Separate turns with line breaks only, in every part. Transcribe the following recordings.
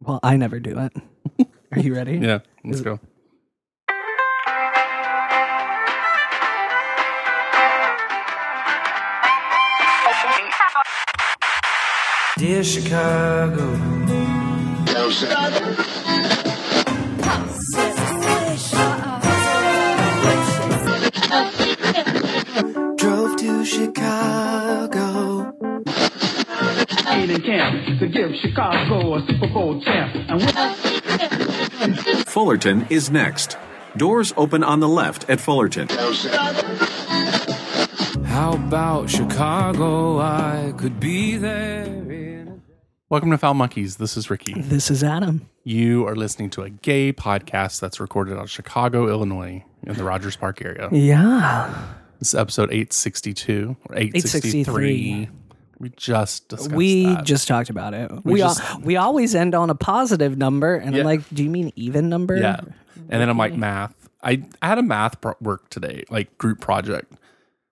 Well, I never do it. Are you ready?
Yeah, let's go.
Dear Chicago. Drove to Chicago.
ain't in camp to give Chicago a Super Bowl champ. And we
Fullerton is next. Doors open on the left at Fullerton.
How about Chicago? I could be there. In...
Welcome to Foul Monkeys. This is Ricky.
This is Adam.
You are listening to a gay podcast that's recorded out of Chicago, Illinois, in the Rogers Park area.
Yeah.
This is episode 862 or 863.
863.
We just discussed
we
that.
just talked about it. We
We
we, al-
just-
we always end on a positive number, and
Yeah.
I'm like, do you mean even number?
Yeah. And then I'm like, math. I, I had a math pro- work today, like group project.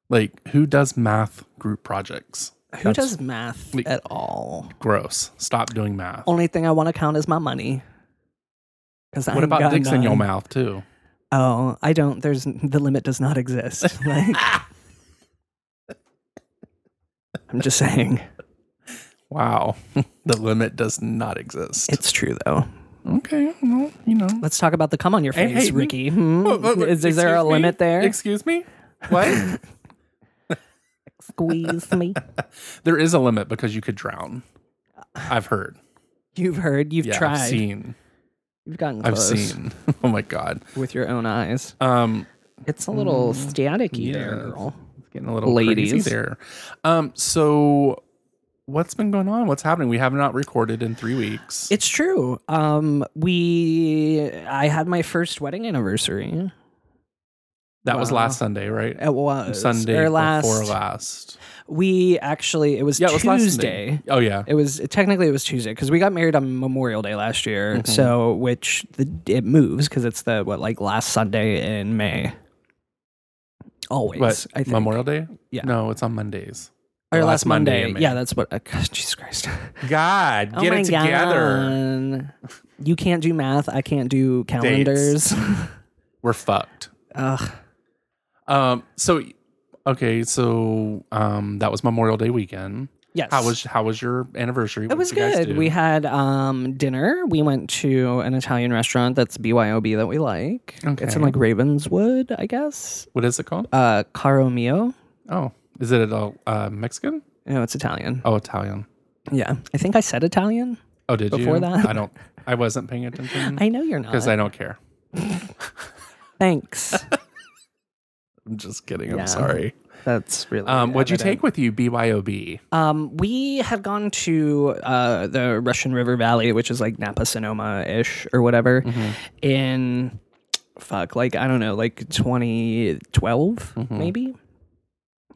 Like, who does math group projects?
Who does math
we-
at all?
Gross. Stop doing math.
Only thing I want to count is my money. Because
What about dicks in your mouth, too?
Oh, I don't. There's the limit does not exist. Like, I'm just saying,
Wow. the limit does not exist.
it's true though.
okay. Well, you know.
Let's talk about the come on your
Hey,
face,
hey,
Ricky. Hmm?
What- what- what-
is, is there a
excuse me?
limit there?
Excuse me? What?
Squeeze me.
there is a limit because you could drown. I've heard.
You've heard. You've
Yeah,
tried.
I've seen.
You've gotten
I've
close
seen. Oh my god.
with your own eyes.
Um
It's a little staticky there,
Mm, yeah.
girl.
it's getting a little
Ladies.
crazy there. Um so what's been going on? What's happening? We have not recorded in 3 weeks.
It's true. Um, we I had my first wedding anniversary.
that was
wow.
last Sunday, right?
It was
Sunday
or last.
before last.
We actually it was
Yeah, it was
Tuesday.
last Sunday. Oh yeah.
It was technically it was Tuesday because we got married on Memorial Day last year.
Mm-hmm.
So which the, it moves because it's the what like last Sunday in May. Always,
What,
I think.
Memorial Day?
Yeah.
No, it's on Mondays.
or
last
last
Monday
Monday.
in May.
Yeah, that's what. Uh, gosh, Jesus Christ!
God,
Oh my God. You can't do math. I can't do calendars.
We're fucked.
Ugh.
Um. So, okay. So, um, that was Memorial Day weekend.
Yes.
How was How was your anniversary?
It was good. We had um, dinner. We went to an Italian restaurant that's BYOB that we like. It's
Okay.
in like Ravenswood, I guess.
what is it called?
Uh, Caro Mio.
Oh, is it at all uh, Mexican?
No, it's Italian.
Oh, Italian.
Yeah. I think I said Italian.
Oh, did you?
Before that?
I don't. I wasn't paying attention
I know you're not.
because I don't care.
Thanks.
I'm just kidding.
Yeah.
I'm sorry.
That's really.
Um, what'd you
evident.
take with you? Byob.
Um, we had gone to uh, the Russian River Valley, which is like Napa Sonoma ish or whatever, in fuck, like I don't know, like 2012 maybe.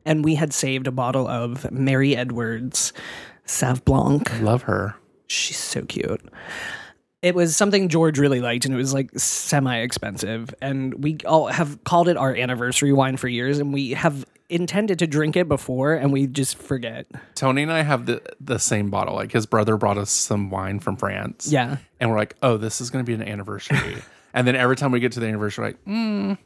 And we had saved a bottle of Mary Edwards Sauv Blanc.
Love her.
She's so cute. It was something George really liked, and it was like semi expensive. And we all have called it our anniversary wine for years, and we have intended to drink it before, and we just forget.
Tony and I have the the same bottle. Like his brother brought us some wine from France.
Yeah.
and we're like, oh, this is going to be an anniversary. and then every time we get to the anniversary, we're like, mm,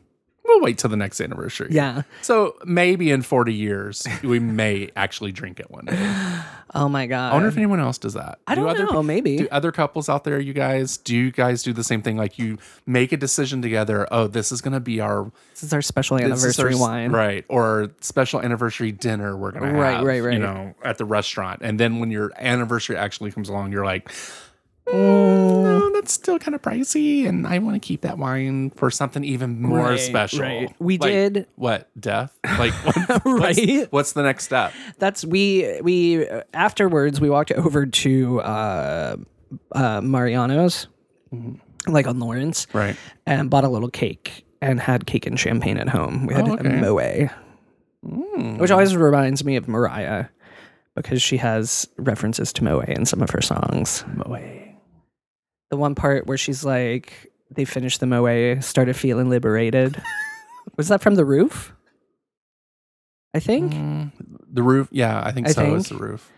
we'll wait till the next anniversary.
Yeah.
So maybe in 40 years, we may actually drink it one day. I
Oh my god.
wonder if anyone else does that.
I don't know. maybe.
Do other couples out there, you guys, do you guys do the same thing? Like you make a decision together. Oh, this is going to be our
this is our special
this is our
anniversary
s-
wine.
right? Or special anniversary dinner we're going to
Right,
have,
right, right.
You know, at the restaurant. And then when your anniversary actually comes along, you're like, no,
Mm.
that's still kind of pricey, and I want to keep that wine for something even more
Right,
special.
right. We
Like,
did-
what death? Like what,
Right?
What's, what's the next step?
That's we we uh, afterwards we walked over to uh uh Mariano's
Mm-hmm.
like on Lawrence
Right.
and bought a little cake and had cake and champagne at home. We had a
Oh, okay. Mm.
moe. Which always reminds me of Mariah because she has references to moe in some of her songs. The one part where she's like they finished the moe, started feeling liberated. Was that from the roof? I think.
Mm. The roof. Yeah, I think
I
so. It's
think.
the roof.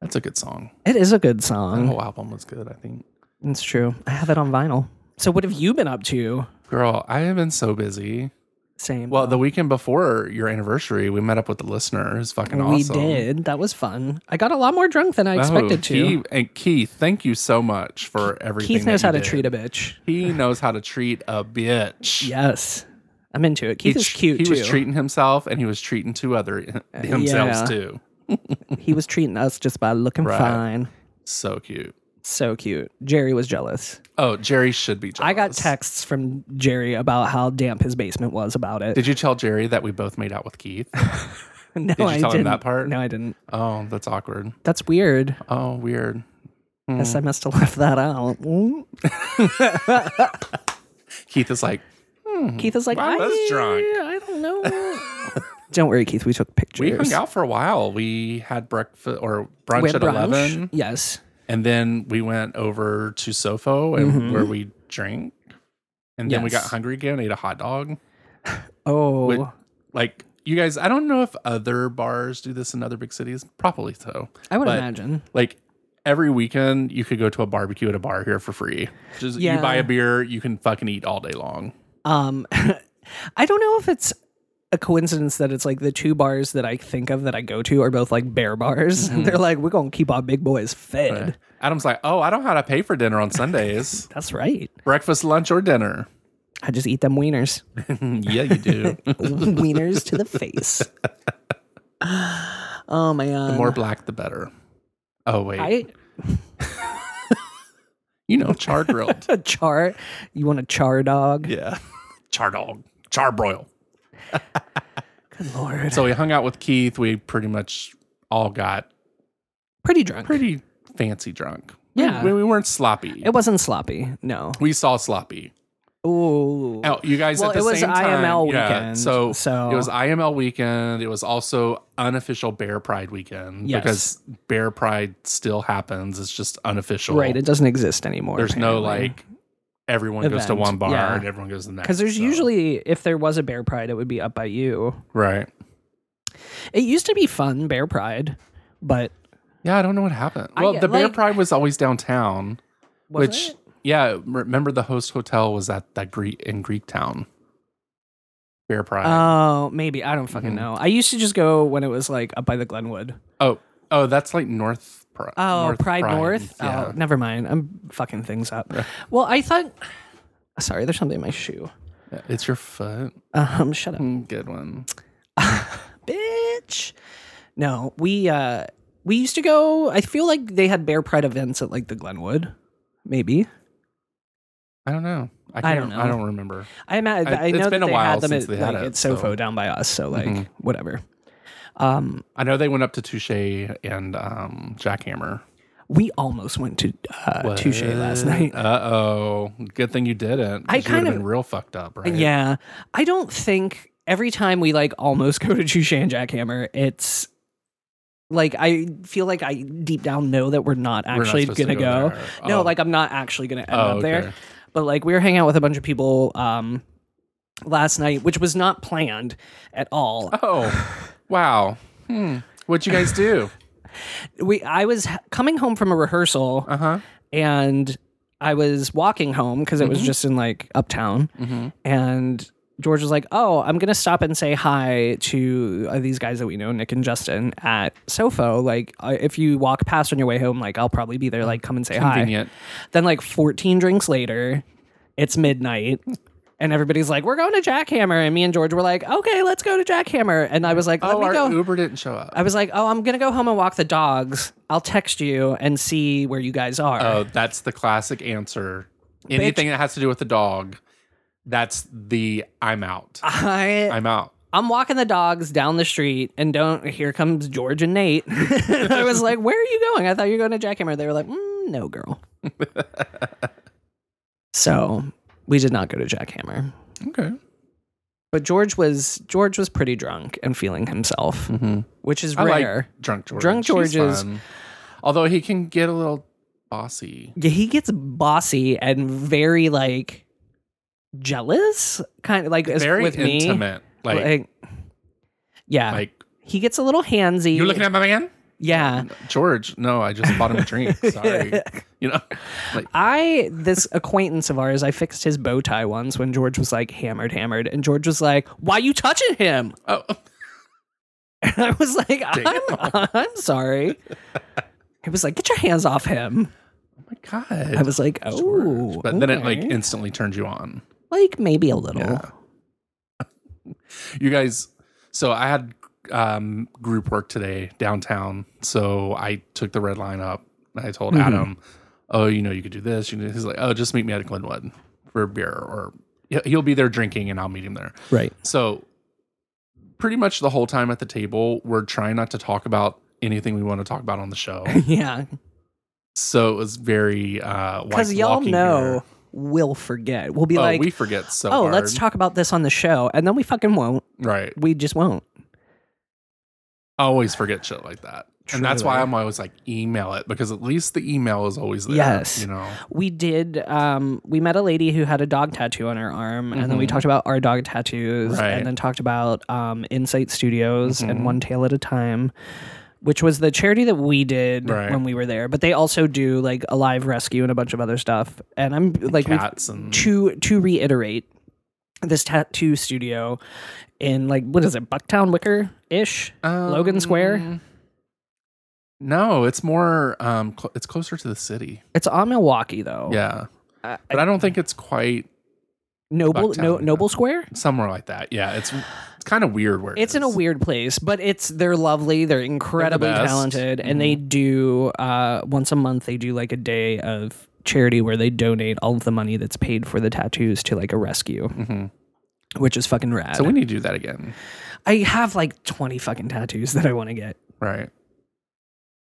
That's a good song.
It is a good
That
song.
whole album was good. I think.
It's true. I have it on vinyl. So what have you been up to?
Girl, I have been so busy.
Same.
Well, the weekend before your anniversary, we met up with the listener. It's fucking
we
awesome.
did. That was fun. I got a lot more drunk than I expected
Oh,
to.
Keith- and Keith, thank you so much for everything.
Keith knows
that
how to
you did.
treat a bitch.
He knows how to treat a bitch.
Yes. I'm into it.
He
Keith is
tr-
cute
He
too. Uh,
was treating himself, and he was treating two other himselves
yeah.
too.
he was treating us just by looking
Right.
fine.
So cute.
So cute. Jerry was jealous.
Oh, Jerry should be. Jealous.
I got texts from Jerry about how damp his basement was about it.
Did you tell Jerry that we both made out with Keith?
no,
you
I
tell him
didn't.
that part?
No, I didn't.
oh, that's awkward.
That's weird.
Oh, weird. Mm.
Guess I must have left that out. Mm.
Keith is like,
Keith is like,
I was drunk.
I don't know. don't worry, Keith. We took pictures.
we hung out for a while. We had breakfast or brunch
We had
at
brunch.
eleven,
Yes.
and then we went over to Sofo and where we drank, and then we got
Mm-hmm. Yes.
hungry again, and ate a hot dog.
Oh,
With- Like you guys, I don't know if other bars do this in other big cities. Probably so.
I would
but-
imagine.
Like. Every weekend, you could go to a barbecue at a bar here for free. Just
Yeah.
you buy a beer, you can fucking eat all day long.
Um, I don't know if it's a coincidence that it's like the two bars that I think of that I go to are both like bear bars. They're like, we're gonna keep our big boys fed.
Adam's like, oh, I don't know how to pay for dinner on Sundays.
That's right.
Breakfast, lunch, or dinner.
I just eat them wieners,
yeah, you do.
wieners to the face. oh man,
More black, the better. Oh, wait.
I
you know, char grilled.
a char. You want a char dog?
yeah. Char dog. Char broil.
Good lord,
So we hung out with Keith. We pretty much all got
pretty drunk.
pretty fancy drunk.
Yeah.
We, we weren't sloppy.
It wasn't sloppy. No.
we saw sloppy.
Ooh.
Oh, you guys
Well,
at the
it was
same time.
IML
yeah,
weekend,
So,
so-
it was IML weekend. It was also unofficial Bear Pride weekend
Yes.
because Bear Pride still happens. It's just unofficial.
Right. It doesn't exist anymore.
there's no like everyone goes to
Event,
one bar
yeah.
and everyone goes to the next.
because there's
so-
usually if there was a bear pride, it would be up by you.
right.
It used to be fun, Bear Pride, but
Yeah, I don't know what happened.
I
Well,
get-
the Bear
like-
Pride was always downtown,
was
which
it?
yeah, remember the host hotel was at that Greek in Greek town. Bear Pride.
Oh, maybe I don't fucking know. I used to just go when it was like up by the Glenwood.
oh, oh, that's like North. Pri-
Oh,
North
Pride, North.
Yeah.
Oh, never mind. I'm fucking things up. Well, I thought. Sorry, there's something in my shoe.
It's your foot.
Um, shut up,
Mm, Good one.
bitch. No, we uh, we used to go. I feel like they had Bear Pride events at like the Glenwood. Maybe
I don't know. I,
I
can't, I
don't
don't
know.
remember.
I ima- I,
it's
know that
been a
they
while
had them
since
at,
they had
like,
it,
at SoFo
so- Mm-hmm.
down by us. So like whatever.
I know they went up to Touche and um, Jackhammer.
We almost went to uh, Touche last night.
Uh oh. Good thing you didn't. 'cause
I
you would've
kind of-
been real fucked up, right?
Yeah. I don't think every time we like almost go to Touche and Jackhammer, it's like I feel like I deep down know that we're not
not
actually
supposed to
gonna
go
go.
there.
No,
Oh.
like I'm not actually gonna end
Oh,
up there.
okay.
But like we were hanging out with a bunch of people um last night, which was not planned at all.
Oh, wow. Hmm. What'd you guys do?
we I was h- coming home from a rehearsal,
Uh-huh.
and I was walking home because it was
Mm-hmm.
just in like uptown, and George was like, "Oh, I'm gonna stop and say hi to uh, these guys that we know, Nick and Justin at Sofo. Like, uh, if you walk past on your way home, like I'll probably be there. Like, come and say
Convenient.
hi." Then, like 14 drinks later, it's midnight. And everybody's like, "We're going to Jackhammer," and me and George were like, "Okay, let's go to Jackhammer." And I was like, "Let
Oh,
me
our
go."
Uber didn't show up.
I was like, oh, I'm gonna go home and walk the dogs. I'll text you and see where you guys are.
Oh, that's the classic answer. Anything that has to do with the dog, that's the I'm out.
I,
I'm out.
I'm walking the dogs down the street, and don't here comes George and Nate. And I was like, where are you going? I thought you were going to Jackhammer. They were like, mm, no, girl. so we did not go to Jackhammer,
Okay.
but George was George was pretty drunk and feeling himself, which is
Mm-hmm. I
rare.
like drunk George.
Drunk
He's
George is-
fun. Although he can get a little bossy.
Yeah, he gets bossy and very like jealous, kind of like as-
Very
with me.
intimate. Like,
like, yeah
like
he gets a little handsy
you looking at my man?
yeah.
George, no, I just bought him a drink. Sorry. you know, like,
I this acquaintance of ours, I fixed his bow tie once when George was like hammered, hammered, and George was like, "Why you touching him?"
oh,
And I was like, "I'm, I'm sorry." He was like, "Get your hands off him."
my God.
I was like, "Oh,
George. But then it like
okay.
instantly turned you on.
like maybe a little."
You guys, so I had um, group work today downtown. So I took the red line up. I told
Mm-hmm.
Adam, oh, you know, you could do this. You know, he's like, oh, just meet me at Glenwood for a beer or he- he'll be there drinking and I'll meet him there.
Right.
So pretty much the whole time at the table, we're trying not to talk about anything we want to talk about on the show.
Yeah,
so it was very uh
because
like
y'all
walking
know
here.
we'll forget. We'll be
Oh,
like,
we forget so
"Oh, let's
hard.
talk about this on the show," and then we fucking won't.
Right.
We just won't.
I always forget shit like that. And that's why
Truly.
I'm always like email it because at least the email is always there.
Yes.
You know.
we did um we met a lady who had a dog tattoo on her arm and then we talked about our dog tattoos
Mm-hmm. Right. Mm-hmm.
and then talked about um insight studios and one tail at a time which was the charity that we did
Right.
when we were there but they also do like a live rescue and a bunch of other stuff and i'm like we've-
Cats and
to to reiterate this tattoo studio in like what is it bucktown wicker ish logan square
um, No, it's more um cl- it's closer to the city.
it's on milwaukee though
Yeah.
I-
But I don't think it's quite
noble
Bucktown,
no,
yeah.
noble square
somewhere like that. Yeah, it's it's kind of weird where it
it's in a
is.
weird place, but it's they're lovely, they're incredibly
best. Mm-hmm.
talented, and they do uh, once a month they do like a day of charity where they donate all of the money that's paid for the tattoos to like a rescue. Which is fucking rad.
Mm-hmm. So we need to do that again.
I have like 20 fucking tattoos that I want to get,
Right.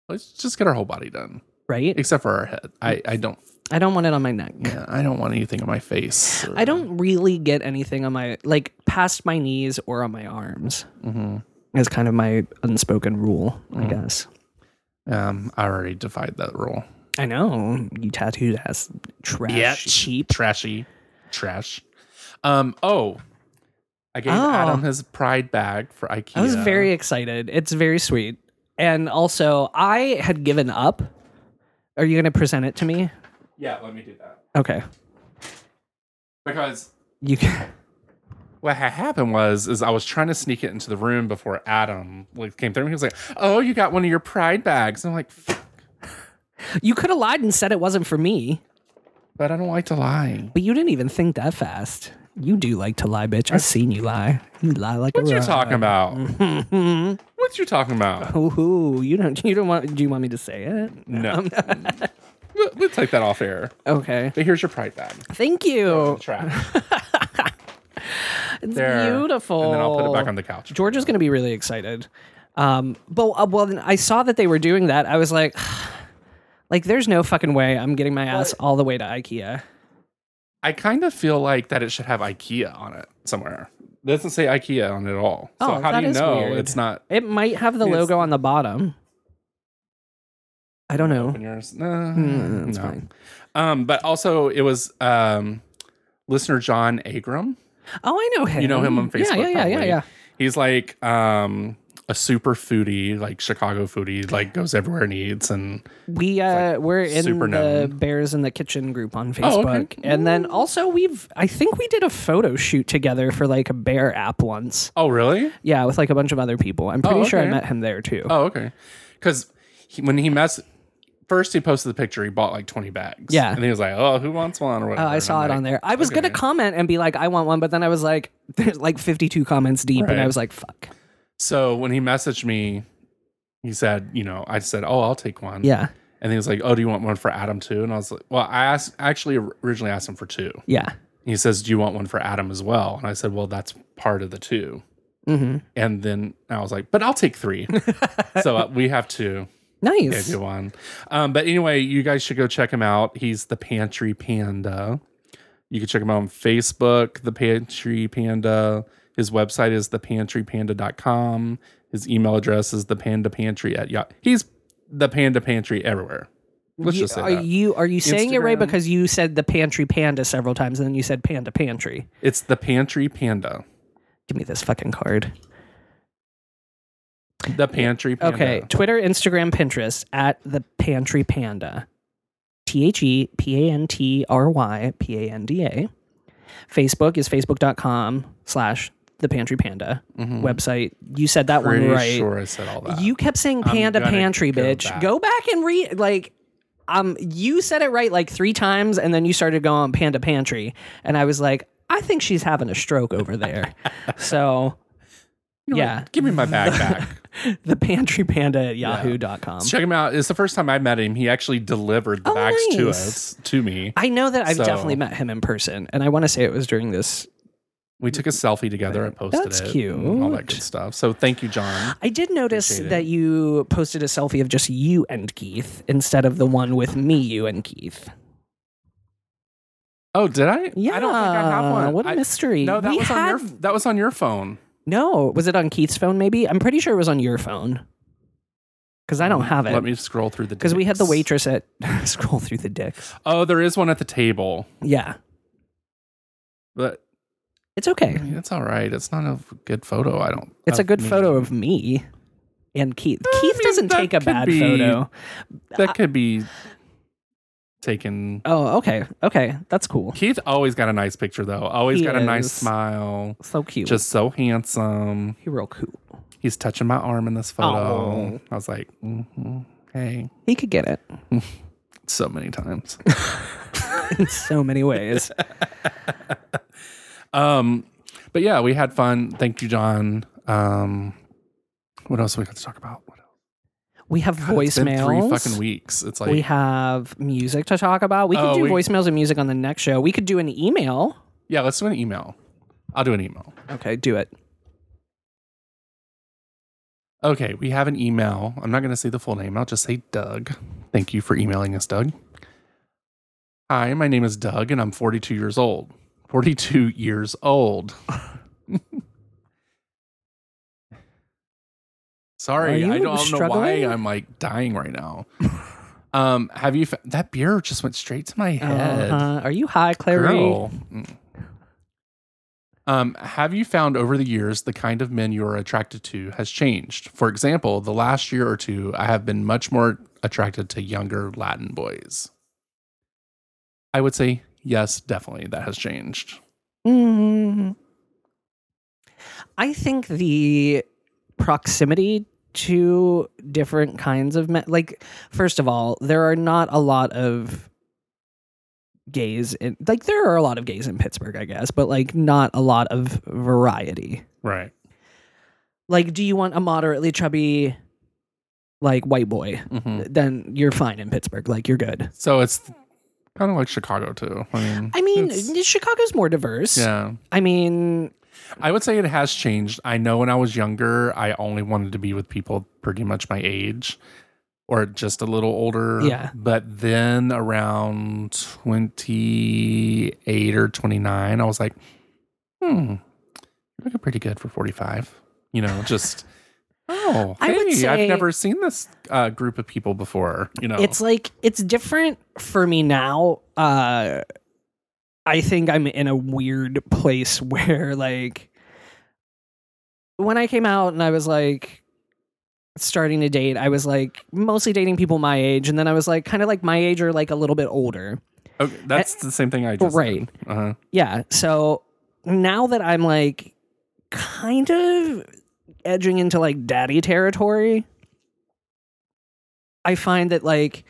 Let's just get our whole body done,
right?
except for our head. I I don't
I don't want it on my neck.
yeah, I don't want anything on my face. or-
I don't really get anything on my like past my knees or on my arms.
Mm-hmm.
Is kind of my unspoken rule, I guess.
Um, I already defied that rule.
I know you tattooed ass trash cheap.
trashy, trash. Um. Oh, I gave
Oh.
Adam his pride bag for IKEA.
I was very excited. It's very sweet. And also, I had given up. Are you going to present it to me?
Yeah, let me do that
Okay.
because
You can.
what had happened was is I was trying to sneak it into the room before Adam like came through. and He was like, "Oh, you got one of your pride bags." And I'm like, "Fuck,"
You could have lied and said it wasn't for me,
"But I don't like to lie."
but you didn't even think that fast. You do like to lie, bitch. I've seen you lie. You lie like
What
a
you
rock.
talking about? what you talking about?
Oh, Ooh, you don't. You don't want. Do you want me to say it?
No, we'll, we'll take that off air.
Okay.
But here's your pride bag.
Thank you.
Trash.
It's
There.
beautiful.
And then I'll put it back on the couch.
George is going to be really excited. Um, but uh, well, then I saw that they were doing that. I was like, like, there's no fucking way I'm getting my ass all the way to IKEA.
I kind of feel like that it should have IKEA on it somewhere. It doesn't say IKEA on it at all. So
Oh,
how
that
do you
is
know
weird.
it's not
It might have the
Yes.
logo on the bottom. I don't know.
open yours? No,
Mm, it's
no.
fine.
Um, but also it was um, listener John Agram.
Oh, I know him.
You know him on Facebook.
Yeah, yeah, yeah, yeah,
probably.
yeah.
He's like um, a super foodie, like Chicago foodie, like goes everywhere and eats. And
We uh, we're in
super
the
known.
Bears in the Kitchen group on Facebook,
Oh, okay.
and then also we've I think we did a photo shoot together for like a bear app once.
oh, really?
Yeah, with like a bunch of other people. I'm pretty sure I
Oh, okay.
met him there too.
Oh, okay. Because he, when he mess first he posted the picture, he bought like twenty bags.
Yeah.
and he was like, "Oh, who wants one?" Or whatever.
Oh, I
And
saw
I'm
it on
like,
there. I was
okay.
gonna comment and be like, I want one, but then I was like, there's like 52 comments deep, and I
Right.
was like, fuck.
So when he messaged me, he said, you know, I said, oh, I'll take one.
Yeah,
And he was like, oh, do you want one for Adam too? And I was like, well, I asked, I actually originally asked him for two.
yeah,
He says, do you want one for Adam as well? And I said, well, that's part of the 2 And then I was like, but I'll take three. so uh, we have two. If
nice.
you want. Um, but anyway, you guys should go check him out. He's the Pantry Panda. You can check him out on Facebook, the Pantry Panda. His website is thepantrypanda.com. His email address is thepandapantry at yahoo. He's the Panda Pantry everywhere. Let's
You-
just say
are
that.
you are you saying it right
Instagram.
because you said the pantry panda several times, and then you said panda pantry.
it's the Pantry Panda.
Give me this fucking card.
The Pantry Panda.
Okay, Twitter, Instagram, Pinterest at the Pantry Panda. T H E P A N T R Y P A N D A. Facebook is facebook.com slash the Pantry Panda. Website, you said that
Mm-hmm. Pretty
one right.
sure I said all that.
You kept saying Panda
gonna
Pantry,
go
bitch.
back.
Go back and read, like, um, you said it right like three times, and then you started going Panda Pantry. And I was like, I think she's having a stroke over there. so,
You know what?
yeah.
Give me my backpack.
the pantry panda at yahoo.com.
Check him out. It's the first time I met him. He actually delivered the
Oh,
bags to
nice.
us, to me.
I know that I've
So-
definitely met him in person, and I want to say it was during this.
We took a selfie together and posted
That's
it. and All
cute.
that good stuff. So thank you, John.
I did notice
Appreciate it.
that you posted a selfie of just you and Keith instead of the one with me, you and Keith.
Oh, did I?
Yeah,
I don't think I have one.
what a
a
mystery.
No, that
We
was on your
had-
that was on your phone.
No, was it on Keith's phone? Maybe I'm pretty sure it was on your phone because I don't have
Mm, Let
it.
me scroll through the
Because we had the
dicks.
waitress at scroll through the dicks.
Oh, there is one at the table,
Yeah,
but
it's okay.
it's all right. It's not a good photo. I don't.
It's a
of
good
me.
photo of me and Keith. Keith
mean,
doesn't
that
take a
could
bad
be-
photo.
that could be taken.
Oh, okay, okay, that's cool.
Keith always got a nice picture though. Always
He
got a nice
is.
smile.
So cute.
Just so handsome.
He real cool.
He's touching my arm in this photo.
Oh.
I was like, hmm hey,
He could get it
so many times.
in so many ways.
um, but yeah, we had fun. Thank you, John. Um, what else we got to talk about? What else?
We have
It's been
voicemails.
three fucking weeks. It's like
we have music to talk about. We could
Oh,
do
we-
voicemails and music on the next show. We could do an email.
Yeah, let's do an email. I'll do an email.
Okay, do it.
Okay, we have an email. I'm not going to say the full name. I'll just say Doug. Thank you for emailing us, Doug. Hi, my name is Doug, and I'm 42 years old. 42 years old. Sorry,
Are you
I don't
struggling?
know why I'm like dying right now. um, have you fa- that beer just went straight to my head?
Uh-huh. Are you high, Clary?
girl. Mm. Um, have you found over the years the kind of men you are attracted to has changed? For example, the last year or two, I have been much more attracted to younger Latin boys. I would say yes, definitely that has changed.
Mm. I think the proximity to different kinds of men, like, first of all, there are not a lot of gays in, like, there are a lot of gays in Pittsburgh, I guess, but like, not a lot of variety.
Right.
Like, do you want a moderately chubby, like, white boy? Then you're fine in Pittsburgh. Like, you're good.
Mm-hmm. So it's kind of like Chicago too. I mean,
I mean,
it's-
Chicago's more diverse.
yeah.
I mean,
I would say it has changed. I know when I was younger, I only wanted to be with people pretty much my age or just a little older.
Yeah.
But then around 28 or 29, I was like, hmm, you're looking pretty good for 45. You know, just, oh,
I would
hey,
say-
I've never seen this uh, group of people before. You know,
it's like it's different for me now uh i think i'm in a weird place where like when i came out and i was like starting to date i was like mostly dating people my age and then i was like kind of like my age or like a little bit older
okay, Oh, that's the same thing I just.
Right.
did. Uh-huh.
yeah so now that i'm like kind of edging into like daddy territory i find that like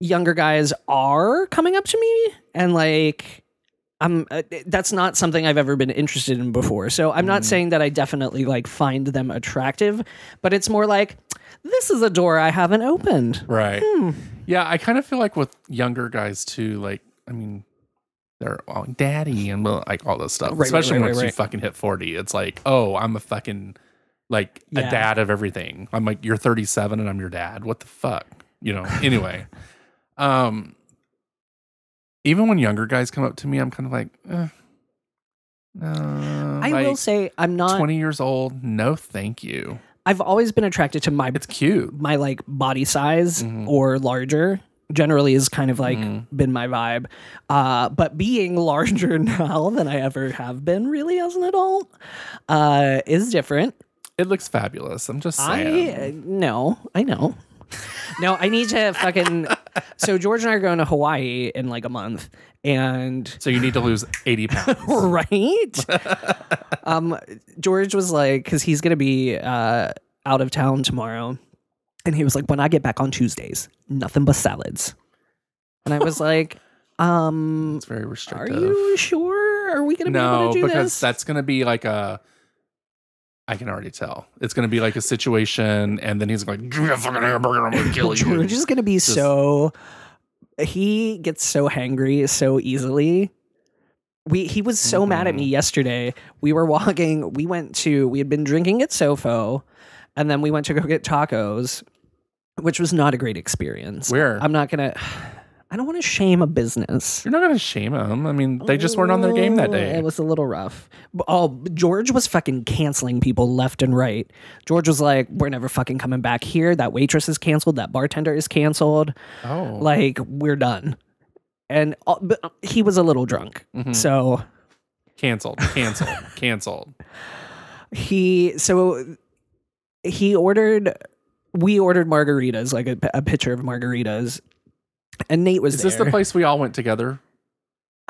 younger guys are coming up to me and like i'm uh, that's not something i've ever been interested in before so i'm
Mm.
not saying that i definitely like find them attractive but it's more like this is a door i haven't opened
Right.
Hmm.
Yeah, I kind of feel like with younger guys too, like I mean, they're all daddy and well, like all this stuff.
Right, right,
Especially
right,
once
right,
you
right.
fucking hit forty, it's like, oh, I'm a fucking like
Yeah.
a dad of everything. I'm like, you're 37 and I'm your dad. What the fuck? You know. Anyway, um, even when younger guys come up to me, I'm kind of like, eh, no.
i will
Uh, like,
say i'm not
20 years old. No, thank you.
i've always been attracted to my
It's cute.
my like body size or larger generally is kind of like been my vibe uh but being larger now than i ever have been really as an adult uh is different
It looks fabulous. I'm just saying.
I uh, no, I know. no, I need to fucking. So George and I are going to Hawaii in like a month, and
so you need to lose 80 pounds.
right. um, George was like, because he's gonna be uh out of town tomorrow, and he was like, when I get back on Tuesdays, nothing but salads, and I was like, um,
It's very
are
restrictive.
you sure? Are we gonna be able
no,
to do this?
because that's going to be like a. I can already tell. It's going to be like a situation, and then he's like, "Give me a fucking hamburger, I'm going to kill you."
George is gonna be
Just-
so he gets so hangry so easily. We he was so mad at me
Mm-hmm.
yesterday. We were walking, we went to we had been drinking at Sofo, and then we went to go get tacos, which was not a great experience.
Where?
I'm not gonna I don't want to shame a business.
You're not going to shame him. I mean, they just weren't on their game that
Oh,
day.
It was a little rough. But, oh, George was fucking canceling people left and right. George was like, "We're never fucking coming back here. That waitress is canceled. That bartender is canceled.
oh,
Like, we're done." And uh, but uh, he was a little drunk,
Mm-hmm.
so
canceled, canceled, canceled.
he so he ordered. We ordered margaritas, like a, a pitcher of margaritas, and Nate was
Is
there.
this the place we all went together?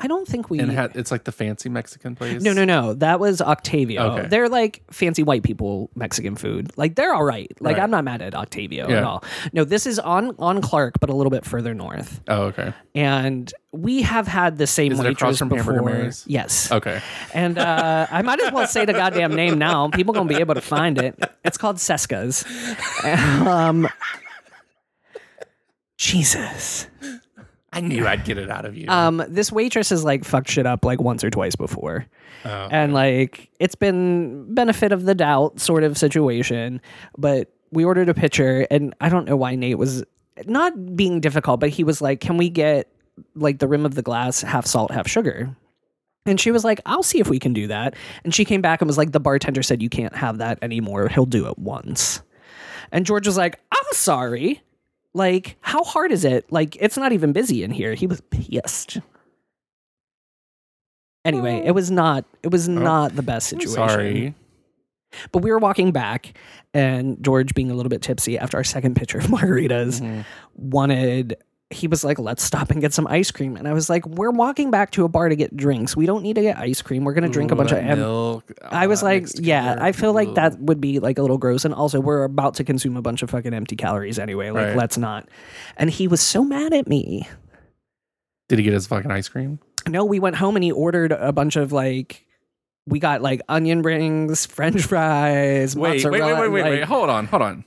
I don't think we
And had, it's like the fancy Mexican place.
No, no, no. That was Octavio.
Okay.
They're like fancy white people Mexican food. Like they're all right. Like
Right.
I'm not mad at Octavio at
Yeah.
all. No, this is on on Clark, but a little bit further north.
Oh, okay.
And we have had the same
Is it
waitress
across from
before.
Hamburger Mary's?
Yes.
Okay.
And uh, I might as well say the goddamn name now. People gonna be able to find it. It's called Seska's. um, Jesus.
I knew I'd get it out of you.
Um, this waitress has like fucked shit up like once or twice before, and like it's been benefit of the doubt sort of situation. But we ordered a pitcher, and I don't know why Nate was not being difficult, but he was like, "Can we get like the rim of the glass half salt, half sugar?" And she was like, "I'll see if we can do that." And she came back and was like, "The bartender said you can't have that anymore. He'll do it once." And George was like, "I'm sorry." Like, how hard is it? Like, it's not even busy in here. He was pissed. Anyway, it was not it was not the best
Oh. I'm
situation.
sorry.
But we were walking back and George being a little bit tipsy after our second pitcher of margaritas
Mm-hmm.
wanted he was like, let's stop and get some ice cream. And I was like, we're walking back to a bar to get drinks. We don't need to get ice cream. We're gonna drink a
Ooh,
bunch of
that
M-
milk.
I was
Ah,
like,
mixed
yeah,
together.
I feel like
Ugh.
that would be like a little gross. And also, we're about to consume a bunch of fucking empty calories anyway. Like,
Right.
let's not. And he was so mad at me.
Did he get his fucking ice cream?
No, we went home and he ordered a bunch of like, we got like onion rings, french fries,
Wait, wait, wait,
mozzarella,
wait, wait,
like-
wait. Hold on, hold on.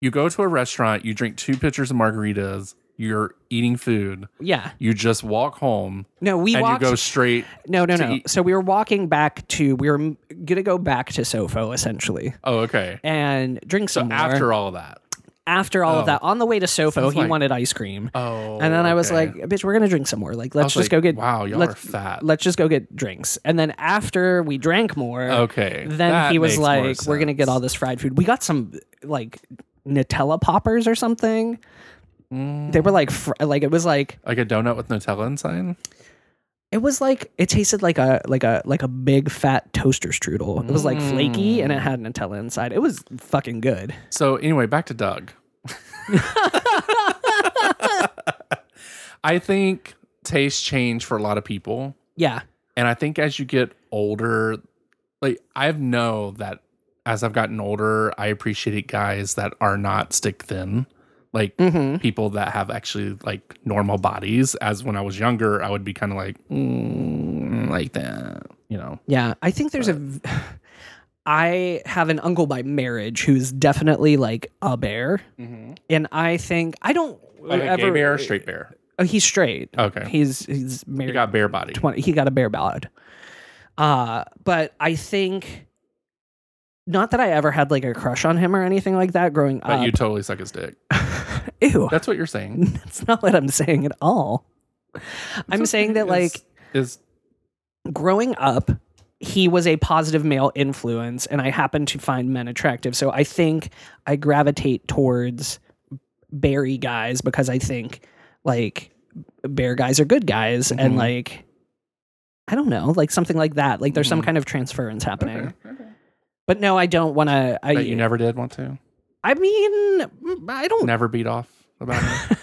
You go to a restaurant, you drink two pitchers of margaritas, you're eating food,
Yeah.
you just walk home,
No, we
and
walked.
you go straight.
no, no,
to
no.
eat.
So we were walking back to, we were m- going to go back to Sofo essentially
Oh, okay.
and drink
So
some more.
after all that,
after all of
Oh.
that, on the way to Sofo,
Sounds
he
like-
wanted ice cream.
oh,
and then I was
okay.
like, "Bitch, we're gonna drink some more. Like, let's
was
just
like,
go get
wow, y'all
let's,
are fat.
Let's just go get drinks." And then after we drank more,
Okay,
then
that
he was
makes more
like, "We're gonna get all this fried food. We got some like Nutella poppers or something." They were like, fr- like it was like
like a donut with Nutella inside.
it was like it tasted like a like a like a big fat toaster strudel. It was like flaky
Mm.
and it had Nutella inside. It was fucking good.
So anyway, back to Doug. I think tastes change for a lot of people.
Yeah,
And I think as you get older, like I know that as I've gotten older, I appreciate guys that are not stick thin, like
Mm-hmm.
people that have actually like normal bodies. As when I was younger, I would be kind of like mm, like that, you know.
Yeah, I think there's a. v- I have an uncle by marriage who's definitely like a bear,
Mm-hmm.
and I think I don't ever.
straight bear.
Oh, he's straight.
Okay.
he's he's married.
You got bear body.
20 he got a bear bod uh but i think not that i ever had like a crush on him or anything like that growing
But
up
you totally suck his dick.
ew
That's what you're saying.
that's not what i'm saying at all i'm saying that like
is
growing up, he was a positive male influence, and I happen to find men attractive. So I think I gravitate towards Barry guys because I think like bear guys are good guys,
Mm-hmm.
and
Mm-hmm.
like I don't know, like something like that. Like there's some kind of transference happening. But no, I don't want to. I
that you never did want to?
I mean, mm, I don't.
Never beat off about it?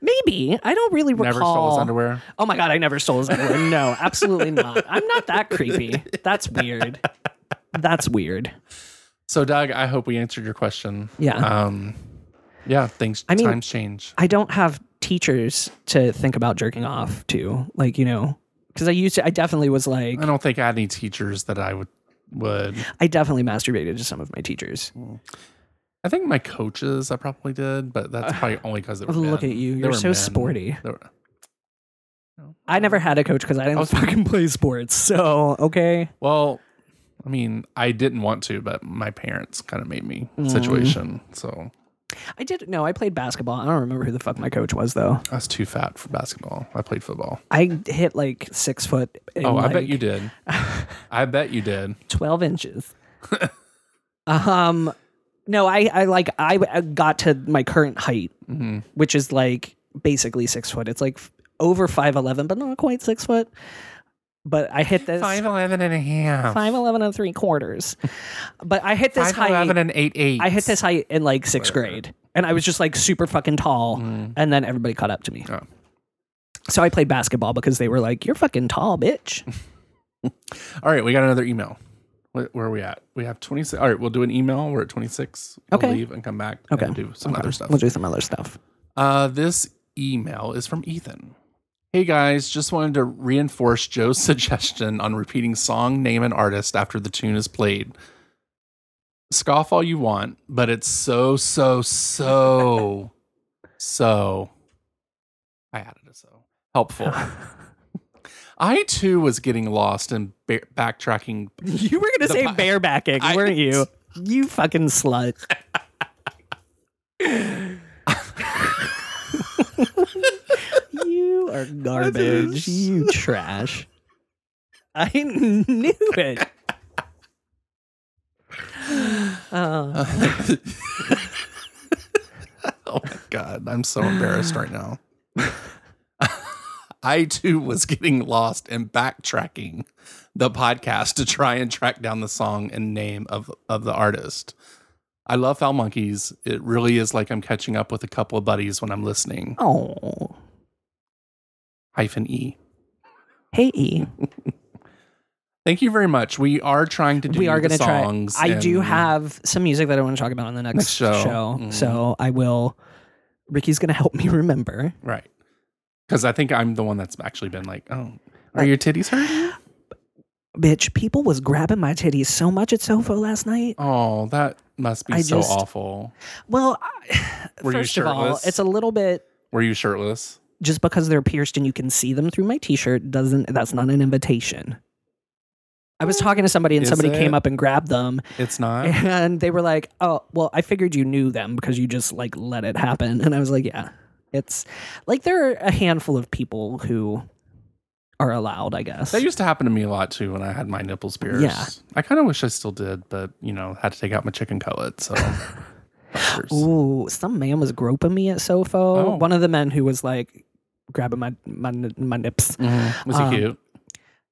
Maybe I don't really recall.
never stole his underwear?
Oh my god, I never stole his underwear. No, absolutely not. I'm not that creepy. That's weird. That's weird.
So, Doug, I hope we answered your question.
Yeah.
Um, yeah, things,
I mean-
times change.
I don't have teachers to think about jerking off to, like you know, because I used to. I definitely was like,
I don't think I had any teachers that I would would.
I definitely masturbated to some of my teachers.
I think my coaches I probably did, but that's probably only because they were
Oh, Look
men.
at you.
They
You're
were
so
men.
sporty.
They were-
I never had a coach because I didn't fucking play sports. So okay,
well, I mean, I didn't want to, but my parents kind of made me
Mm.
situation. So
I did. No, I played basketball. I don't remember who the fuck my coach was though.
I was too fat for basketball. I played football.
I hit like six foot. in,
Oh, I
like,
bet you did. I bet you did.
12 inches. um, no, I, I like, I I got to my current height,
Mm-hmm.
which is like basically six foot. It's like f- over 5'11, but not quite six foot. But I hit this
Five eleven and a half.
5'11 and three quarters. But I hit this
Five eleven
height.
and eight eight.
I hit this height in like sixth grade. And I was just like super fucking tall. And then everybody caught up to me.
Mm. Oh.
So I played basketball because they were like, you're fucking tall, bitch.
All right, we got another email. Where, where are we at? We have 26. All right, we'll do an email. We're at 26. We'll
Okay.
leave and come back
Okay.
and do some other stuff.
We'll do some other stuff.
Uh, this email is from Ethan. Hey guys, just wanted to reinforce Joe's suggestion on repeating song, name, and artist after the tune is played. Scoff all you want, but it's so, so, so, so. I added a so. Helpful. I too was getting lost and ba- backtracking
You were gonna say
pi-
barebacking,
I-
weren't you? You fucking slut. you are garbage. You trash. I knew it. Uh,
Oh my God, I'm so embarrassed right now. I too was getting lost and backtracking the podcast to try and track down the song and name of, of the artist. I love Foul Monkeys. It really is like I'm catching up with a couple of buddies when I'm listening.
oh,
Hyphen E.
hey, E.
Thank you very much. We are trying to do
we are
the
gonna try.
songs
I do
and-
have some music that I want to talk about on the next,
Next show.
show,
Mm.
so I will. Ricky's gonna help me remember.
right because I think I'm the one that's actually been like, oh, are your titties hurting?
bitch, people was grabbing my titties so much at Sofo last night.
Oh, that must be
I
so
just-
awful.
Well, I,
Were you
first of all,
shirtless?
it's a little bit
Were you shirtless?
just because they're pierced and you can see them through my t-shirt doesn't that's not an invitation. I was talking to somebody and
Is
somebody came
it?
up and grabbed them
It's not.
and they were like, "Oh, well, I figured you knew them because you just like let it happen." And I was like, "Yeah. It's like there are a handful of people who are allowed, I guess."
That used to happen to me a lot too when I had my nipples pierced.
Yeah.
I kind of wish I still did, but you know, had to take out my chicken cutlet. So, Fuckers.
Ooh, some man was groping me at Sofo.
Oh.
One of the men who was like grabbing my my my nips.
Mhm. was he
Um,
cute?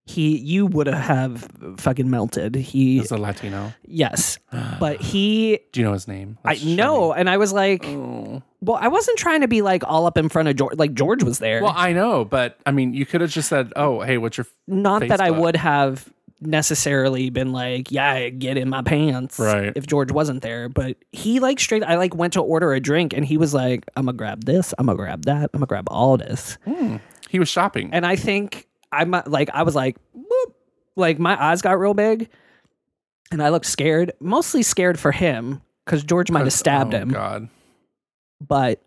He, you would have fucking melted. He,
He's a Latino.
yes, but he,
Do you know his name?
I
Let's show
no,
me.
and I was like,
Oh.
well, I wasn't trying to be like all up in front of George. Like George was there.
Well, I know, but I mean, you could have just said, "Oh, hey, what's your?" f-"
Not that I
Facebook.
would have necessarily been like, yeah, get in my pants,
Right.
If George wasn't there, but he like straight, I like went to order a drink, and he was like, I'm gonna grab this, I'm gonna grab that, I'm gonna grab all this.
He was shopping.
and I think I'm uh, like I was like boop, like my eyes got real big, and I looked scared, mostly scared for him because George might have stabbed
oh,
him.
God,
But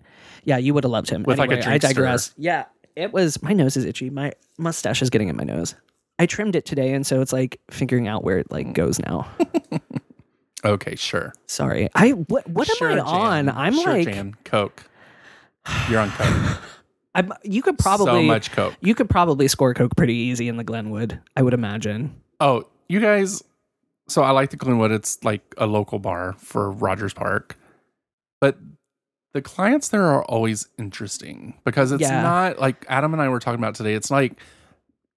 yeah, you would have loved him.
With, like, a
Anyway, I
drink stirrer.
digress. Yeah, it was my nose is itchy. My mustache is getting in my nose. I trimmed it today, and so it's like figuring out where it
Mm.
like goes now.
okay, sure.
Sorry, I what, what
Sure,
am I on?
Jan.
I'm
Sure,
like
Jan. Coke. You're on Coke.
I'm, you could probably
so much Coke.
you could probably score Coke pretty easy in the Glenwood. I would imagine.
Oh, you guys. So I like the Glenwood. It's like a local bar for Rogers Park. But the clients there are always interesting because it's
Yeah.
not like Adam and I were talking about today. It's like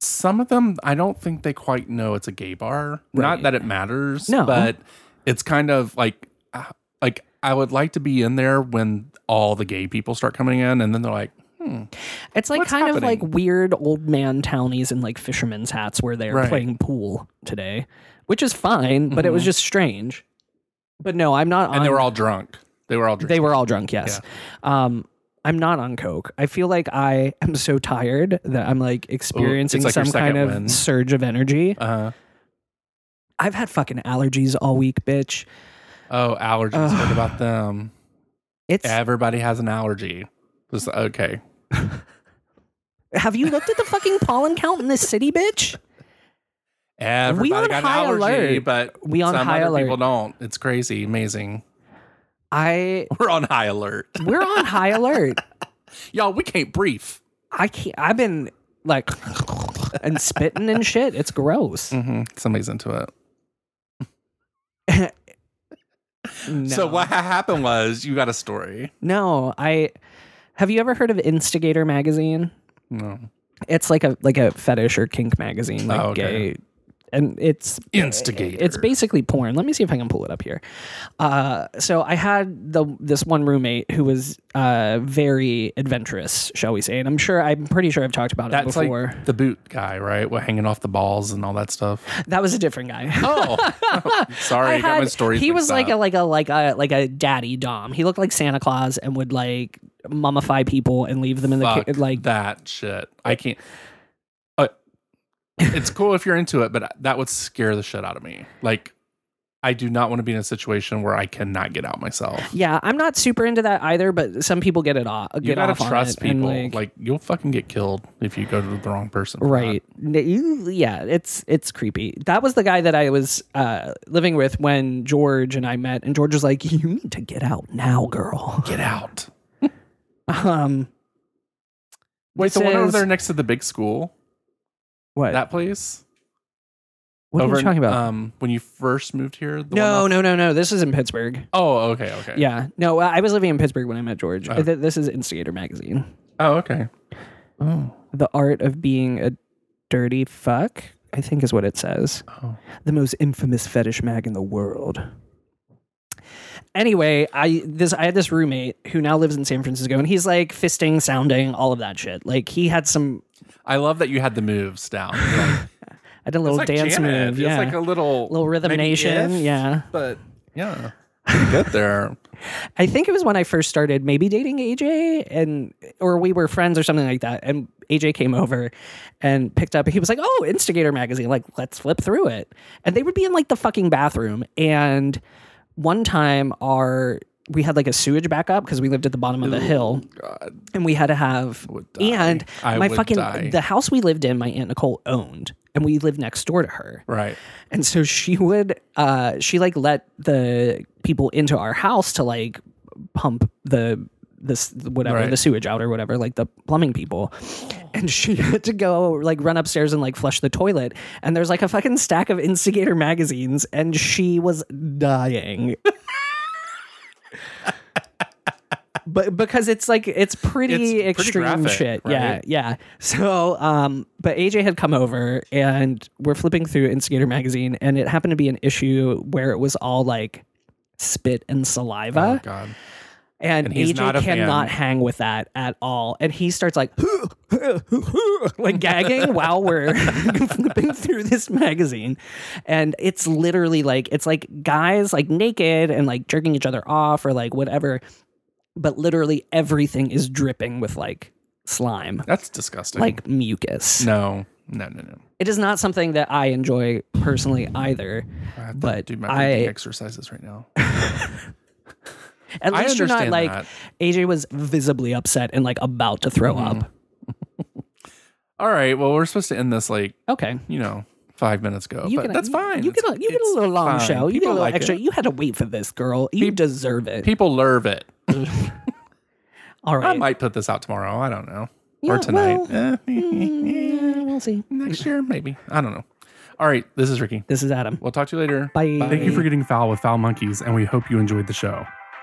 some of them I don't think they quite know it's a gay bar. Not
Right.
that it matters,
No.
but it's kind of like uh, like I would like to be in there when all the gay people start coming in, and then they're like,
It's like
What's
kind of
happening?
like weird old man townies in like fishermen's hats where they're
Right. Mm-hmm.
playing pool today, which is fine, but it was just strange. But no, I'm not.
and they
on-
were all drunk. They were all drunk.
they were all drunk. Yes. Um, I'm not on coke. I feel like I am so tired that I'm like experiencing
like your
some kind
second
of
win.
surge of energy.
Uh,
I've had fucking allergies all week, bitch.
oh, allergies. What about them?
It's
Everybody has an allergy. Just, okay.
have you looked at the fucking pollen count in this city, bitch?
Everybody
on
got
high
an allergy,
alert.
but
We on
some
high
other
alert.
people don't. It's crazy, amazing.
I
We're on high alert.
we're on high alert.
Y'all, we can't brief.
I can't. I've been like and spitting and shit. It's gross.
hmm Somebody's into it.
No.
So what ha- happened was you got a story.
No, I have you ever heard of Instigator magazine?
No.
It's like a like a fetish or kink magazine, like
Oh, okay.
gay, and it's
Instigator.
It's basically porn. Let me see if I can pull it up here. Uh, so I had the this one roommate who was uh, very adventurous, shall we say? And I'm sure I'm pretty sure I've talked about
That's
it before.
like the boot guy, right? What hanging off the balls and all that stuff.
that was a different guy.
Oh, sorry,
I
I got my
had-
story.
He was like a like a like a like a daddy dom. He looked like Santa Claus and would like mummify people and leave them in the
Fuck
ki- like.
that shit. I can't. Uh, it's cool if you're into it, but that would scare the shit out of me. Like, I do not want to be in a situation where I cannot get out myself.
Yeah, I'm not super into that either, but some people get it off. Get
You gotta
off on
trust
it and,
people. Like, you'll fucking get killed if you go to the wrong person. for that.
right N- you- yeah it's it's creepy that was the guy that i was uh living with when george and i met and george was like you need to get out now girl
Get out.
um
Wait, the
This
one over
is-
there next to the big school,
what
that place.
what are
over
you
in-
talking about
Um, when you first moved here. The
no
one off-
no no no this is in pittsburgh
Oh, okay, okay.
yeah no i was living in pittsburgh when i met george
Oh.
Th- this is instigator magazine
Oh, okay. Oh,
the art of being a dirty fuck i think is what it says
Oh.
the most infamous fetish mag in the world anyway i this i had this roommate who now lives in san francisco and he's like fisting sounding all of that shit like he had some
I love that you had the moves down. Like,
i did a little
it's like
dance
Janet.
move yeah
It's like a little
Little Rhythm
maybe
Nation,
if,
yeah.
But yeah, pretty good there.
I think it was when I first started maybe dating AJ and or we were friends or something like that. And AJ came over and picked up he was like, Oh, Instigator magazine, like let's flip through it. And they would be in like the fucking bathroom. And one time our we had like a sewage backup because we lived at the bottom of the hill. And we had to have
die.
and
I
my
would
fucking
die.
the house we lived in, my Aunt Nicole owned. And we lived next door to her.
Right.
And so she would, uh, she like let the people into our house to like pump the this whatever
Right.
the sewage out or whatever, like the plumbing people. And she had to go like run upstairs and like flush the toilet. And there's like a fucking stack of Instigator magazines, and she was dying. But because it's like it's pretty
It's pretty
extreme
graphic,
shit, yeah,
right?
yeah. So, um, but AJ had come over and we're flipping through Instigator magazine, and it happened to be an issue where it was all like spit and
Oh
saliva,
God.
and,
he's not a
AJ
fan.
cannot hang with that at all. And he starts like, like gagging while we're flipping through this magazine, and it's literally like it's like guys like naked and like jerking each other off or like whatever, but literally everything is dripping with like slime
That's disgusting.
like mucus.
no, no, no, no.
It is not something that I enjoy personally either.
I have to
But
do my
I-
breathing exercises right now.
At
I
least you're not
understand
like
that.
AJ was visibly upset and like about to throw
Mm-hmm.
up.
All right. Well, we're supposed to end this like
Okay.
you know five minutes ago,
You
but that's fine.
You
It's-
get a, you get a
it's
little long
fine.
show. You get a
People
little
like
extra.
it.
You had to wait for this, girl. You deserve it.
People love it.
All
I
right.
might put this out tomorrow. I don't know.
Um, Yeah,
or tonight.
well,
Eh,
Mm, we'll see.
Next year, maybe. I don't know. All right. This is Ricky.
This is Adam.
We'll talk to you later.
Bye.
Thank you for getting foul with Foul Monkeys, and we hope you enjoyed the show.